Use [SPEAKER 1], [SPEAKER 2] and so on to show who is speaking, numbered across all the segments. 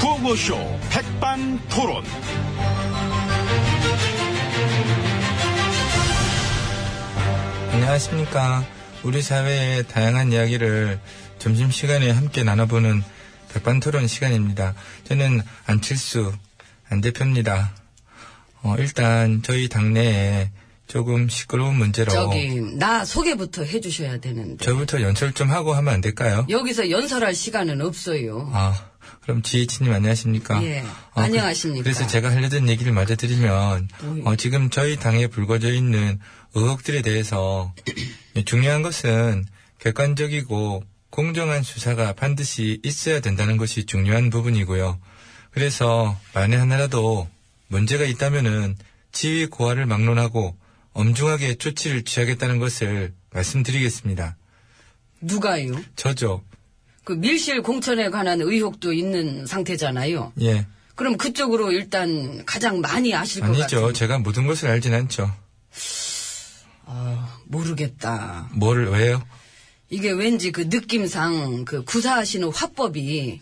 [SPEAKER 1] 구호쇼 백반토론.
[SPEAKER 2] 안녕하십니까. 우리 사회의 다양한 이야기를 점심시간에 함께 나눠보는 백반토론 시간입니다. 저는 안칠수, 안 대표입니다. 어, 일단 저희 당내에 조금 시끄러운 문제로
[SPEAKER 3] 저기
[SPEAKER 2] 어.
[SPEAKER 3] 나 소개부터 해주셔야 되는데
[SPEAKER 2] 저부터 연설 좀 하고 하면 안 될까요?
[SPEAKER 3] 여기서 연설할 시간은 없어요.
[SPEAKER 2] 아, 그럼 지혜치님 안녕하십니까?
[SPEAKER 3] 예,
[SPEAKER 2] 그-
[SPEAKER 3] 안녕하십니까?
[SPEAKER 2] 그래서 제가 하려던 얘기를 마저 드리면,
[SPEAKER 3] 뭐요?
[SPEAKER 2] 어, 지금 저희 당에 불거져 있는 의혹들에 대해서 중요한 것은 객관적이고 공정한 수사가 반드시 있어야 된다는 것이 중요한 부분이고요. 그래서 만에 하나라도 문제가 있다면은 지위 고하를 막론하고 엄중하게 조치를 취하겠다는 것을 말씀드리겠습니다.
[SPEAKER 3] 누가요?
[SPEAKER 2] 저죠.
[SPEAKER 3] 그 밀실 공천에 관한 의혹도 있는 상태잖아요.
[SPEAKER 2] 예.
[SPEAKER 3] 그럼 그쪽으로 일단 가장 많이 아실 것
[SPEAKER 2] 아니죠.
[SPEAKER 3] 같아요.
[SPEAKER 2] 제가 모든 것을 알진 않죠.
[SPEAKER 3] 아, 모르겠다.
[SPEAKER 2] 뭐를, 왜요?
[SPEAKER 3] 이게 왠지 그 느낌상 그 구사하시는 화법이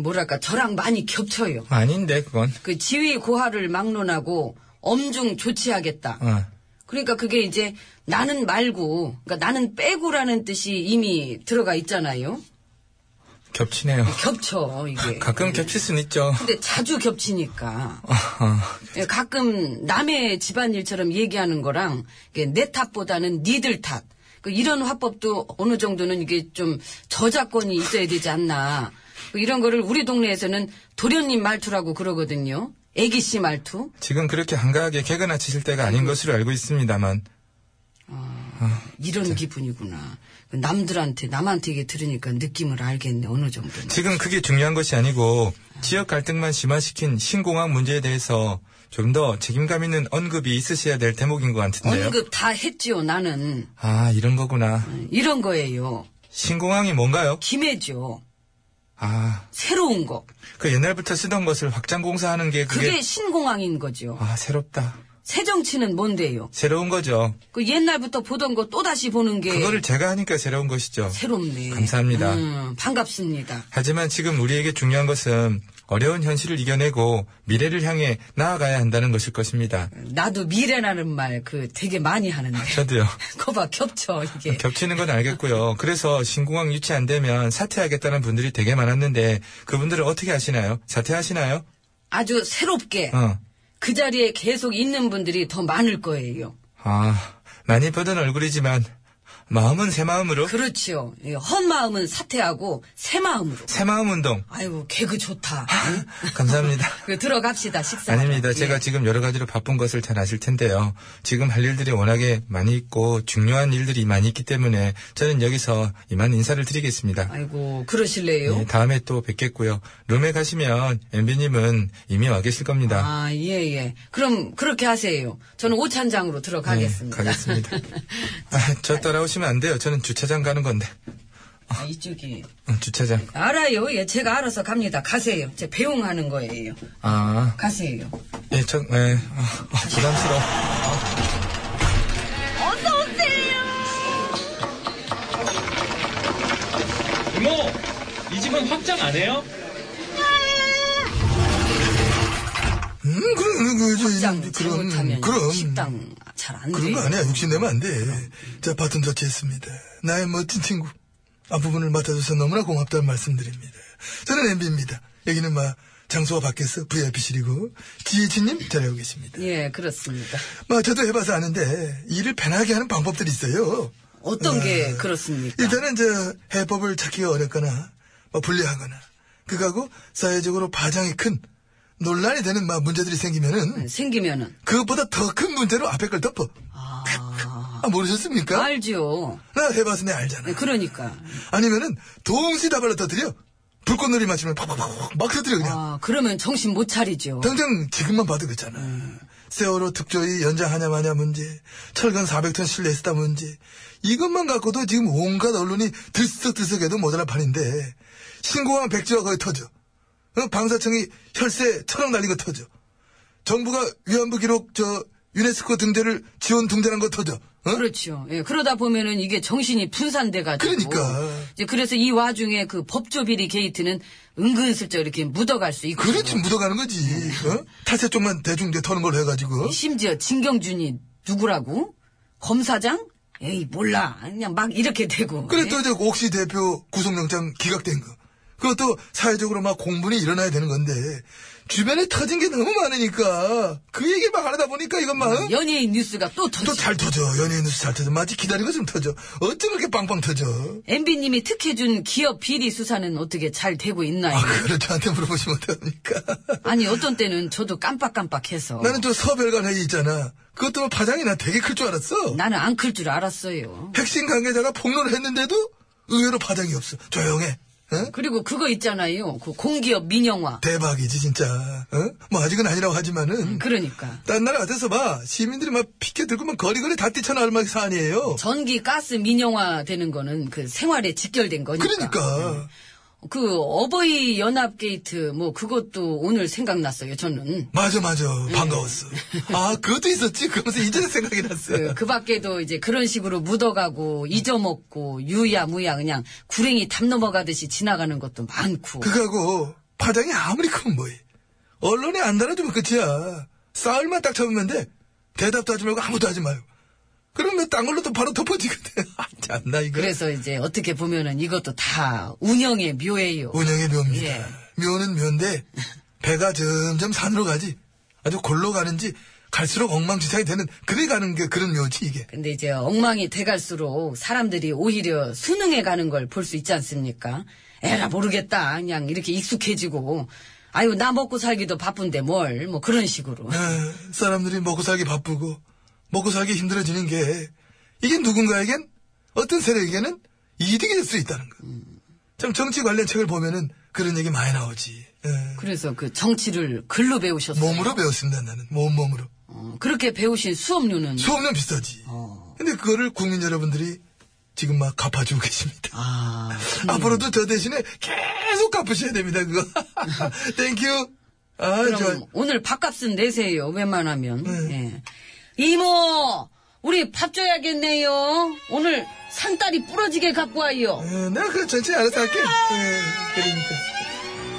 [SPEAKER 3] 뭐랄까 저랑 많이 겹쳐요.
[SPEAKER 2] 아닌데, 그건.
[SPEAKER 3] 그 지위 고하를 막론하고 엄중 조치하겠다.
[SPEAKER 2] 어.
[SPEAKER 3] 그러니까 그게 이제 나는 말고, 그러니까 나는 빼고라는 뜻이 이미 들어가 있잖아요.
[SPEAKER 2] 겹치네요.
[SPEAKER 3] 겹쳐 이게.
[SPEAKER 2] 가끔 겹칠 순 있죠. 어,
[SPEAKER 3] 근데 자주 겹치니까
[SPEAKER 2] 아,
[SPEAKER 3] 예, 가끔 남의 집안일처럼 얘기하는 거랑 이게 내 탓보다는 니들 탓. 그 이런 화법도 어느 정도는 이게 좀 저작권이 있어야 되지 않나. 그 이런 거를 우리 동네에서는 도련님 말투라고 그러거든요. 애기씨 말투.
[SPEAKER 2] 지금 그렇게 한가하게 개그나 치실 때가 아닌 것으로 알고 있습니다만.
[SPEAKER 3] 이런 기분이구나. 그 남들한테 남한테 이게 들으니까 느낌을 알겠네 어느 정도는.
[SPEAKER 2] 지금 그게 중요한 것이 아니고 지역 갈등만 심화시킨 신공항 문제에 대해서 좀 더 책임감 있는 언급이 있으셔야 될 대목인 것 같은데요.
[SPEAKER 3] 언급 다 했지요 나는
[SPEAKER 2] 아, 이런 거구나.
[SPEAKER 3] 이런 거예요.
[SPEAKER 2] 신공항이 뭔가요?
[SPEAKER 3] 김해죠.
[SPEAKER 2] 아,
[SPEAKER 3] 새로운 거.
[SPEAKER 2] 그 옛날부터 쓰던 것을 확장공사하는 게
[SPEAKER 3] 그게
[SPEAKER 2] 그게.
[SPEAKER 3] 신공항인 거죠.
[SPEAKER 2] 아, 새롭다.
[SPEAKER 3] 새 정치는 뭔데요?
[SPEAKER 2] 새로운 거죠.
[SPEAKER 3] 그 옛날부터 보던 거 또 다시 보는 게
[SPEAKER 2] 그거를 제가 하니까 새로운 것이죠.
[SPEAKER 3] 새롭네.
[SPEAKER 2] 감사합니다.
[SPEAKER 3] 음, 반갑습니다.
[SPEAKER 2] 하지만 지금 우리에게 중요한 것은 어려운 현실을 이겨내고 미래를 향해 나아가야 한다는 것일 것입니다.
[SPEAKER 3] 나도 미래라는 말 그 되게 많이 하는데.
[SPEAKER 2] 저도요.
[SPEAKER 3] 거봐 겹쳐 이게.
[SPEAKER 2] 겹치는 건 알겠고요. 그래서 신공항 유치 안 되면 사퇴하겠다는 분들이 되게 많았는데 그분들을 어떻게 하시나요? 사퇴하시나요?
[SPEAKER 3] 아주 새롭게
[SPEAKER 2] 어.
[SPEAKER 3] 그 자리에 계속 있는 분들이 더 많을 거예요.
[SPEAKER 2] 아, 많이 뻗은 얼굴이지만 마음은 새 마음으로
[SPEAKER 3] 그렇지요. 예, 헛 마음은 사퇴하고 새 마음으로.
[SPEAKER 2] 새 마음 운동.
[SPEAKER 3] 아이고 개그 좋다.
[SPEAKER 2] 감사합니다.
[SPEAKER 3] 그 들어갑시다 식사.
[SPEAKER 2] 아닙니다.
[SPEAKER 3] 예.
[SPEAKER 2] 제가 지금 여러 가지로 바쁜 것을 잘 아실 텐데요. 지금 할 일들이 워낙에 많이 있고 중요한 일들이 많이 있기 때문에 저는 여기서 이만 인사를 드리겠습니다.
[SPEAKER 3] 아이고 그러실래요?
[SPEAKER 2] 예, 다음에 또 뵙겠고요. 룸에 가시면 엠비님은 이미 와 계실 겁니다.
[SPEAKER 3] 아, 예, 예. 그럼, 그렇게 하세요. 저는 오찬장으로 아, 들어가겠습니다.
[SPEAKER 4] 네,
[SPEAKER 2] 예, 가겠습니다. 아, 저 따라오시면 안 돼요. 저는 주차장 가는 건데.
[SPEAKER 3] 아, 이쪽이.
[SPEAKER 2] 어, 주차장.
[SPEAKER 3] 알아요. 예, 제가 알아서 갑니다. 가세요. 제 배웅하는 거예요.
[SPEAKER 2] 아,
[SPEAKER 3] 가세요.
[SPEAKER 2] 예, 저, 예, 아, 아, 부담스러워.
[SPEAKER 5] 이모, 뭐, 이 집은 확장 안 해요?
[SPEAKER 4] 음, 그런, 그, 저,
[SPEAKER 3] 식당
[SPEAKER 4] 이런,
[SPEAKER 3] 잘못하면
[SPEAKER 4] 그럼.
[SPEAKER 3] 식당 네. 잘 안 돼요.
[SPEAKER 4] 그런 거 아니야. 욕심내면 안 돼. 자, 바톤 터치했습니다. 나의 멋진 친구. 앞부분을 맡아줘서 너무나 고맙다는 말씀드립니다. 저는 MB입니다. 여기는 막, 장소가 밖에서 VIP실이고, 지혜진님 잘하고 계십니다.
[SPEAKER 3] 예, 그렇습니다.
[SPEAKER 4] 막, 저도 해봐서 아는데, 일을 편하게 하는 방법들이 있어요.
[SPEAKER 3] 어떤
[SPEAKER 4] 아,
[SPEAKER 3] 게 그렇습니까?
[SPEAKER 4] 일단은 저 해법을 찾기가 어렵거나 뭐 불리하거나 그거하고 사회적으로 파장이 큰 논란이 되는 막 문제들이 생기면은
[SPEAKER 3] 생기면은.
[SPEAKER 4] 그것보다 더 큰 문제로 앞에 걸 덮어.
[SPEAKER 3] 아,
[SPEAKER 4] 아, 모르셨습니까?
[SPEAKER 3] 알죠.
[SPEAKER 4] 나 해봐서 내 알잖아.
[SPEAKER 3] 네, 그러니까.
[SPEAKER 4] 아니면은 동시다발로 터뜨려. 불꽃놀이 맞추면 팍팍팍 막 터뜨려 그냥.
[SPEAKER 3] 아, 그러면 정신 못 차리죠.
[SPEAKER 4] 당장 지금만 봐도 그렇잖아.
[SPEAKER 3] 음.
[SPEAKER 4] 세월호 특조위 연장하냐 마냐 문제, 철근 400톤 실내 쓰다 문제. 이것만 갖고도 지금 온갖 언론이 들썩들썩해도 모자랄 판인데 신고하면 백지화 거의 터져. 어, 방사청이 혈세 천억 날린 거 터져. 정부가 위안부 기록 저 유네스코 등재를 지원 등재한 거 터져. 어?
[SPEAKER 3] 그렇죠. 예, 그러다 보면은 이게 정신이 분산돼가지고.
[SPEAKER 4] 그러니까.
[SPEAKER 3] 이제 그래서 이 와중에 그 법조비리 게이트는 은근슬쩍 이렇게 묻어갈 수 있고.
[SPEAKER 4] 그렇지 뭐. 묻어가는 거지. 어? 탓세 쪽만 대중대 터는 걸로 해가지고.
[SPEAKER 3] 심지어 진경준이 누구라고? 검사장? 에이, 몰라. 그냥 막 이렇게 되고.
[SPEAKER 4] 그래
[SPEAKER 3] 예?
[SPEAKER 4] 또 이제 옥시 대표 구속영장 기각된 거. 그것도 사회적으로 막 공분이 일어나야 되는 건데 주변에 터진 게 너무 많으니까 그 얘기 막 하다 보니까 이건 막
[SPEAKER 3] 음, 연예인 뉴스가 또 터지.
[SPEAKER 4] 어? 또 잘 터져 연예인 뉴스 잘 터져 마치 기다리고 좀 터져 어쩜 그렇게 빵빵 터져
[SPEAKER 3] MB님이 특혜준 기업 비리 수사는 어떻게 잘 되고 있나요?
[SPEAKER 4] 아 그걸 저한테 물어보시면 어떡합니까
[SPEAKER 3] 아니, 어떤 때는 저도 깜빡깜빡해서.
[SPEAKER 4] 나는 저 서별관 회의 있잖아 그것도 뭐 파장이 나 되게 클 줄 알았어
[SPEAKER 3] 나는 안 클 줄 알았어요.
[SPEAKER 4] 핵심 관계자가 폭로를 했는데도 의외로 파장이 없어 조용해 응?
[SPEAKER 3] 그리고 그거 있잖아요. 그 공기업 민영화.
[SPEAKER 4] 대박이지 진짜 응? 뭐 아직은 아니라고 하지만은
[SPEAKER 3] 그러니까.
[SPEAKER 4] 딴 나라 같아서 봐 나라에서 막 피켓 들고 막 거리거리 다 뛰쳐나올 막 사안이에요
[SPEAKER 3] 전기, 가스 민영화 되는 거는 그 생활에 직결된 거니까.
[SPEAKER 4] 그러니까
[SPEAKER 3] 그 어버이 연합 게이트 뭐 그것도 오늘 생각났어요, 저는.
[SPEAKER 4] 맞아 맞아 반가웠어 아 그것도 있었지 그러면서 이전에 생각이 났어
[SPEAKER 3] 그, 그 밖에도 이제 그런 식으로 묻어가고 잊어먹고 유야무야 그냥 구랭이 담 넘어가듯이 지나가는 것도 많고.
[SPEAKER 4] 그거하고 파장이 아무리 크면 뭐해 언론에 안 달아주면 끝이야 싸울만 딱 잡으면 돼 대답도 하지 말고 아무도 하지 마요 그러면 딴 걸로 또 바로 덮어지거든 아 참나 이거
[SPEAKER 3] 그래서 이제 어떻게 보면은 이것도 다 운영의 묘예요.
[SPEAKER 4] 운영의 묘입니다
[SPEAKER 3] 예.
[SPEAKER 4] 묘는 묘인데 배가 점점 산으로 가지 아주 골로 가는지 갈수록 엉망진창이 되는 그래 가는 게 그런 묘지 이게
[SPEAKER 3] 근데 이제 엉망이 돼갈수록 사람들이 오히려 수능에 가는 걸 볼 수 있지 않습니까? 에라 모르겠다. 그냥 이렇게 익숙해지고. 아유 나 먹고 살기도 바쁜데 뭘 뭐 그런 식으로.
[SPEAKER 4] 아, 사람들이 먹고 살기 바쁘고 먹고 살기 힘들어지는 게 이게 누군가에겐 어떤 세력에게는 이득이 될 수 있다는 거. 참 정치 관련 책을 보면은 그런 얘기 많이 나오지. 예.
[SPEAKER 3] 그래서 그 정치를 글로 배우셨어요.
[SPEAKER 4] 몸으로 배웠습니다 나는 몸 몸으로
[SPEAKER 3] 어, 그렇게 배우신 수업료는
[SPEAKER 4] 수업료 비싸지. 근데 그거를 국민 여러분들이 지금 막 갚아주고 계십니다.
[SPEAKER 3] 아
[SPEAKER 4] 앞으로도 저 대신에 계속 갚으셔야 됩니다 그거. 땡큐. 아
[SPEAKER 3] 그럼 뭐.
[SPEAKER 4] 좋아.
[SPEAKER 3] 오늘 밥값은 내세요. 웬만하면.
[SPEAKER 4] 네.
[SPEAKER 3] 예. 이모 우리 밥 줘야겠네요. 오늘 산딸이 부러지게 갖고 와요.
[SPEAKER 4] 어, 내가 그 전체 알아서 할게. 예, 그러니까.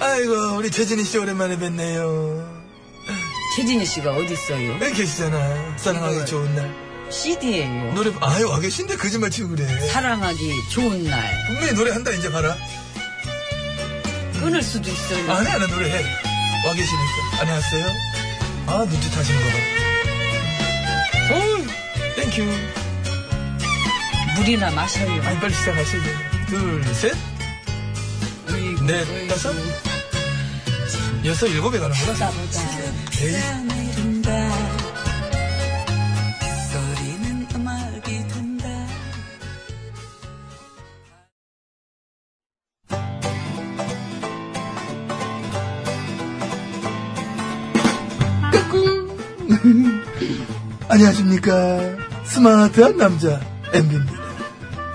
[SPEAKER 4] 아이고, 우리 재진이 씨 오랜만에 뵙네요.
[SPEAKER 3] 최진희 씨가 어디 있어요?
[SPEAKER 4] 왜 계시잖아. 사랑하기 좋은 날.
[SPEAKER 3] CD예요.
[SPEAKER 4] 노래, 아유, 와 계신데 거짓말 치고 그래.
[SPEAKER 3] 사랑하기 좋은 날
[SPEAKER 4] 분명히 노래 한다, 이제 봐라.
[SPEAKER 3] 끊을 수도 있어요.
[SPEAKER 4] 안 해, 안 해, 노래 해. 와 계시니까. 안녕하세요. 아, 눈치 타시는 거 봐. 음. 오, 땡큐.
[SPEAKER 3] 물이나 마셔요.
[SPEAKER 4] 아니, 빨리 시작하시죠. 둘, 셋,
[SPEAKER 3] 아이고,
[SPEAKER 4] 넷,
[SPEAKER 3] 아이고.
[SPEAKER 4] 다섯, 여섯, 일곱에 가는구나.
[SPEAKER 3] 보다 보다.
[SPEAKER 4] 에이,
[SPEAKER 6] 소리는 음악이 된다
[SPEAKER 4] 안녕하십니까. 스마트한 남자, MB입니다.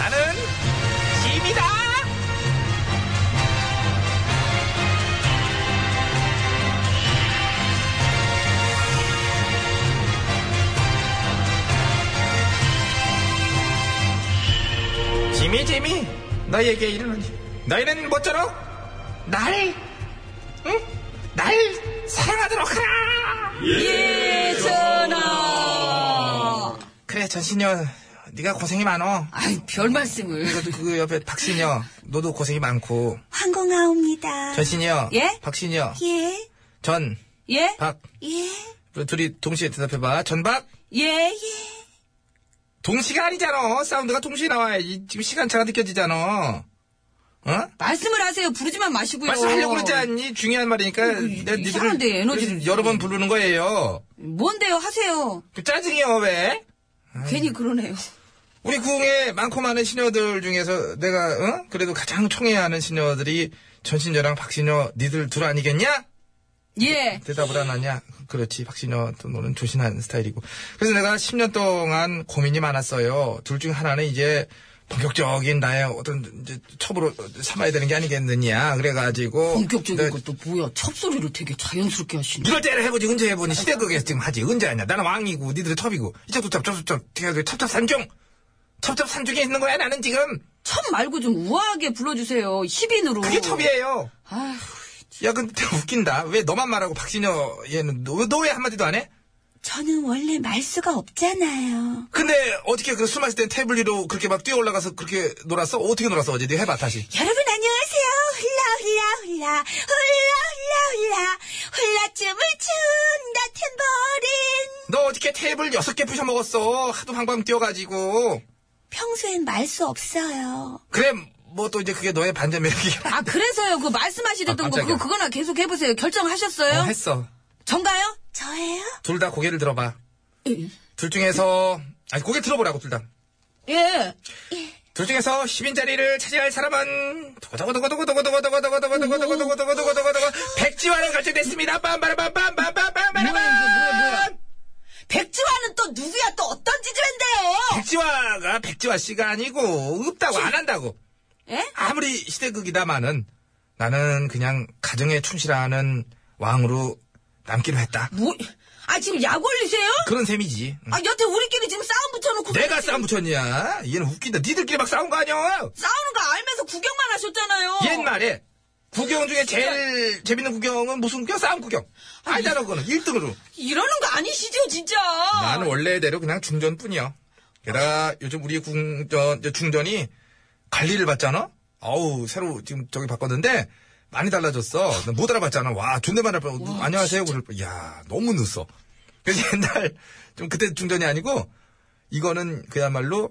[SPEAKER 1] 나는 짐이다. 짐이 짐이 너에게 이르노니 너희는 모쪼록 날, 응? 날 사랑하도록 하라.
[SPEAKER 3] 예전아
[SPEAKER 2] 전신여 네가 고생이 많어.
[SPEAKER 3] 아이, 별 말씀을.
[SPEAKER 2] 그리고 그 옆에 박신여 너도 고생이 많고
[SPEAKER 7] 황공하옵니다.
[SPEAKER 2] 전신여
[SPEAKER 3] 예?
[SPEAKER 2] 박신여
[SPEAKER 7] 예,
[SPEAKER 2] 전 박
[SPEAKER 3] 예?
[SPEAKER 7] 예,
[SPEAKER 2] 둘이 동시에 대답해봐 전박
[SPEAKER 3] 예?
[SPEAKER 2] 동시가 아니잖아 사운드가 동시에 나와야지 지금 시간차가 느껴지잖아 어?
[SPEAKER 3] 말씀을 하세요. 부르지만 마시고요.
[SPEAKER 2] 말씀하려고 그러지 않니? 중요한 말이니까 내가 니들을
[SPEAKER 3] 음, 이상한데, 에너지를
[SPEAKER 2] 여러 번 부르는 거예요.
[SPEAKER 3] 뭔데요? 하세요.
[SPEAKER 2] 그 짜증이요 왜? 음.
[SPEAKER 3] 괜히 그러네요.
[SPEAKER 2] 우리 구흥에 많고 많은 시녀들 중에서 내가 어? 그래도 가장 총애하는 시녀들이 전신녀랑 박신녀 니들 둘 아니겠냐?
[SPEAKER 3] 예.
[SPEAKER 2] 대답을 안 하냐? 그렇지 박신녀 또 너는 조신한 스타일이고 그래서 내가 10년 동안 고민이 많았어요. 둘 중 하나는 이제 본격적인 나의 어떤 이제 첩으로 삼아야 되는 게 아니겠느냐 그래가지고
[SPEAKER 3] 본격적인
[SPEAKER 2] 내가
[SPEAKER 3] 것도 뭐야. 첩소리를 되게 자연스럽게 하시네.
[SPEAKER 2] 이럴 때를 해보지 언제 해보니 시대극에서 지금 하지 언제 하냐 나는 왕이고 니들은 첩이고 이첩도첩 첩첩첩 첩첩산중 첩첩산중에 있는 거야 나는 지금
[SPEAKER 3] 첩 말고 좀 우아하게 불러주세요. 10인으로.
[SPEAKER 2] 그게 첩이에요
[SPEAKER 3] 아휴,
[SPEAKER 2] 야 근데 웃긴다 왜 너만 말하고 박신여 얘는 너 왜 한마디도 안 해?
[SPEAKER 7] 저는 원래 말수가 없잖아요.
[SPEAKER 2] 근데 어저께 그 술 마실 땐 테이블 위로 그렇게 막 뛰어 올라가서 그렇게 놀았어? 어떻게 놀았어 어제 네 해봐 다시
[SPEAKER 7] 여러분 안녕하세요. 훌라 훌라 훌라 훌라 훌라 훌라춤을 춘다 탬버린.
[SPEAKER 2] 너 어저께 테이블 여섯 개 부셔 먹었어 하도 방방 뛰어가지고
[SPEAKER 7] 평소엔 말수 없어요.
[SPEAKER 2] 그래 뭐 또 이제 그게 너의 반전 매력이야
[SPEAKER 3] 아, 그래서요. 그 말씀하시던
[SPEAKER 2] 아,
[SPEAKER 3] 거, 그거,
[SPEAKER 2] 깜짝이야.
[SPEAKER 3] 그거나 계속 해보세요. 결정하셨어요?
[SPEAKER 2] 어, 했어
[SPEAKER 3] 전가요?
[SPEAKER 7] 저예요?
[SPEAKER 2] 둘 다 고개를 들어봐 둘 중에서 아니 고개 들어보라고 둘다
[SPEAKER 3] 예.
[SPEAKER 2] 둘 중에서 10인 자리를 차지할 사람은 도고도고도고도고도고도고도고도고도고도고도고도고도고도고도고 백지화는 결정됐습니다.
[SPEAKER 3] 뭐야, 이게 뭐야, 뭐야.
[SPEAKER 2] 빰빠라빰빰빰빰빰빰빰
[SPEAKER 3] 백지화는 또 누구야? 또 어떤 지지밴데요?
[SPEAKER 2] 백지화가 백지화 씨가 아니고 없다고 안 한다고.
[SPEAKER 3] 예?
[SPEAKER 2] 아무리 시대극이다마는 나는 그냥 가정에 충실하는 왕으로 남기로 했다.
[SPEAKER 3] 뭐, 아, 지금 약 올리세요?
[SPEAKER 2] 그런 셈이지. 응.
[SPEAKER 3] 아, 여태 우리끼리 지금 싸움 붙여놓고.
[SPEAKER 2] 음. 내가 싸움 붙였냐? 얘는 웃긴다. 니들끼리 막 싸운 거 아니야?
[SPEAKER 3] 싸우는 거 알면서 구경만 하셨잖아요.
[SPEAKER 2] 옛말에 구경 중에 제일 재밌는 구경은 무슨 구경? 싸움 구경. 알잖아 그거는 1등으로.
[SPEAKER 3] 이러는 거 아니시죠, 진짜.
[SPEAKER 2] 나는 원래대로 그냥 중전뿐이야. 게다가 요즘 우리 궁전, 이제 중전이 관리를 받잖아? 아우, 새로 지금 저기 바꿨는데, 많이 달라졌어. 나못 알아봤잖아. 와, 존댓말 할 뻔, 안녕하세요. 그럴 뻔. 야 너무 늦어. 그래서 옛날, 좀 그때 중전이 아니고, 이거는 그야말로,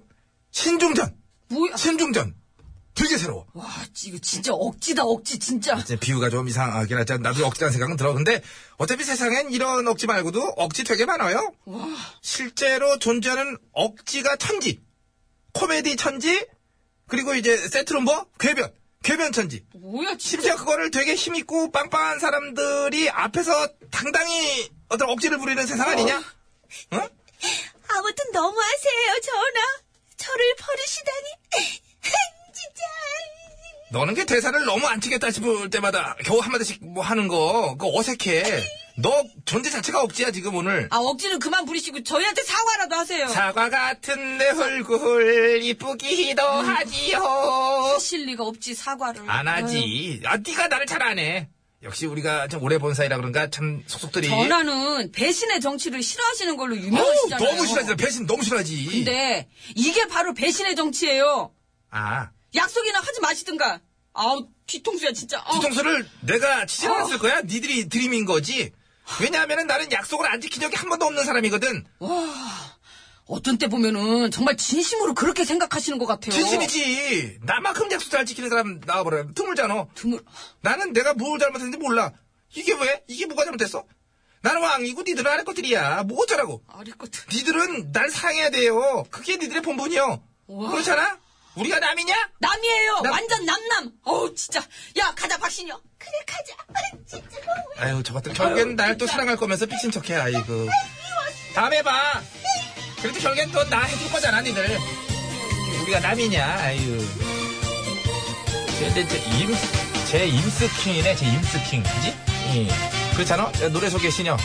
[SPEAKER 2] 신중전!
[SPEAKER 3] 뭐야.
[SPEAKER 2] 신중전! 되게 새로워.
[SPEAKER 3] 와, 이거 진짜 억지다, 억지, 진짜.
[SPEAKER 2] 이제 비유가 좀 이상하긴 하지 나도 억지라는 생각은 들어. 근데 어차피 세상엔 이런 억지 말고도 억지 되게 많아요. 실제로 존재하는 억지가 천지. 코미디 천지, 그리고 이제 세트로 뭐? 괴변. 괴변 천지.
[SPEAKER 3] 뭐야, 진짜.
[SPEAKER 2] 심지어 그거를 되게 힘있고 빵빵한 사람들이 앞에서 당당히 어떤 억지를 부리는 세상 아니냐? 어? 응?
[SPEAKER 7] 아무튼 너무하세요, 전하. 저를 버리시다니. 진짜.
[SPEAKER 2] 너는 게 대사를 너무 안 치겠다 싶을 때마다 겨우 한마디씩 뭐 하는 거, 그거 어색해. 너 존재 자체가 억지야, 지금 오늘.
[SPEAKER 3] 아, 억지는 그만 부리시고 저희한테 사과라도 하세요.
[SPEAKER 2] 사과 같은 내 얼굴 이쁘기도
[SPEAKER 3] 음.
[SPEAKER 2] 하지요.
[SPEAKER 3] 하실 리가 없지, 사과를.
[SPEAKER 2] 안 하지. 아 네가 나를 잘 안 해. 역시 우리가 참 오래 본 사이라 그런가 참 속속들이.
[SPEAKER 3] 아유, 어, 전화는 배신의 정치를 싫어하시는 걸로
[SPEAKER 2] 어우,
[SPEAKER 3] 유명하시잖아요.
[SPEAKER 2] 너무 싫어하지. 배신 너무 싫어하지.
[SPEAKER 3] 근데 이게 바로 배신의 정치예요.
[SPEAKER 2] 아
[SPEAKER 3] 약속이나 하지 마시든가. 아우, 뒤통수야, 진짜. 아우.
[SPEAKER 2] 뒤통수를 내가 치지 않았을
[SPEAKER 3] 어.
[SPEAKER 2] 거야. 니들이 드림인 거지. 왜냐하면 나는 약속을 안 지킨 적이 한 번도 없는 사람이거든.
[SPEAKER 3] 어. 어떤 때 보면은 정말 진심으로 그렇게 생각하시는 것 같아요.
[SPEAKER 2] 진심이지. 나만큼 약속 잘 지키는 사람 나와버려. 드물잖아.
[SPEAKER 3] 드물.
[SPEAKER 2] 나는 내가 뭘 잘못했는지 몰라. 이게 왜? 이게 뭐가 잘못됐어? 나는 왕이고 니들은 아래 것들이야. 뭐 어쩌라고?
[SPEAKER 3] 아릴 것들.
[SPEAKER 2] 니들은 날 사랑해야 돼요. 그게 니들의 본분이요.
[SPEAKER 3] 우와.
[SPEAKER 2] 그렇잖아? 우리가 남이냐?
[SPEAKER 3] 남이에요.
[SPEAKER 2] 남-
[SPEAKER 3] 완전 남남. 어우 진짜. 야 가자 박신영. 그래 가자. 아, 진짜.
[SPEAKER 2] 아유, 저 같은 결국엔 날 또 사랑할 거면서 삐친 척해, 아이고. 다음에 봐. 그래도 결국엔 또 나 해줄 거잖아, 니들. 우리가 남이냐, 아유. 근데 저 임, 제 임스킹이네, 제 임스킹. 그지? 예. 그렇잖아? 야, 노래 소개 신여.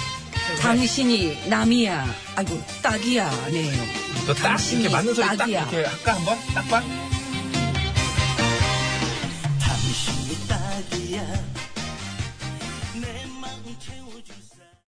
[SPEAKER 3] 당신이 남이야. 아이고 딱이야. 네요.
[SPEAKER 2] 너딱 이렇게 맞는 소리 딱 이렇게 할까 한번? 딱 봐?
[SPEAKER 6] 당신이 딱이야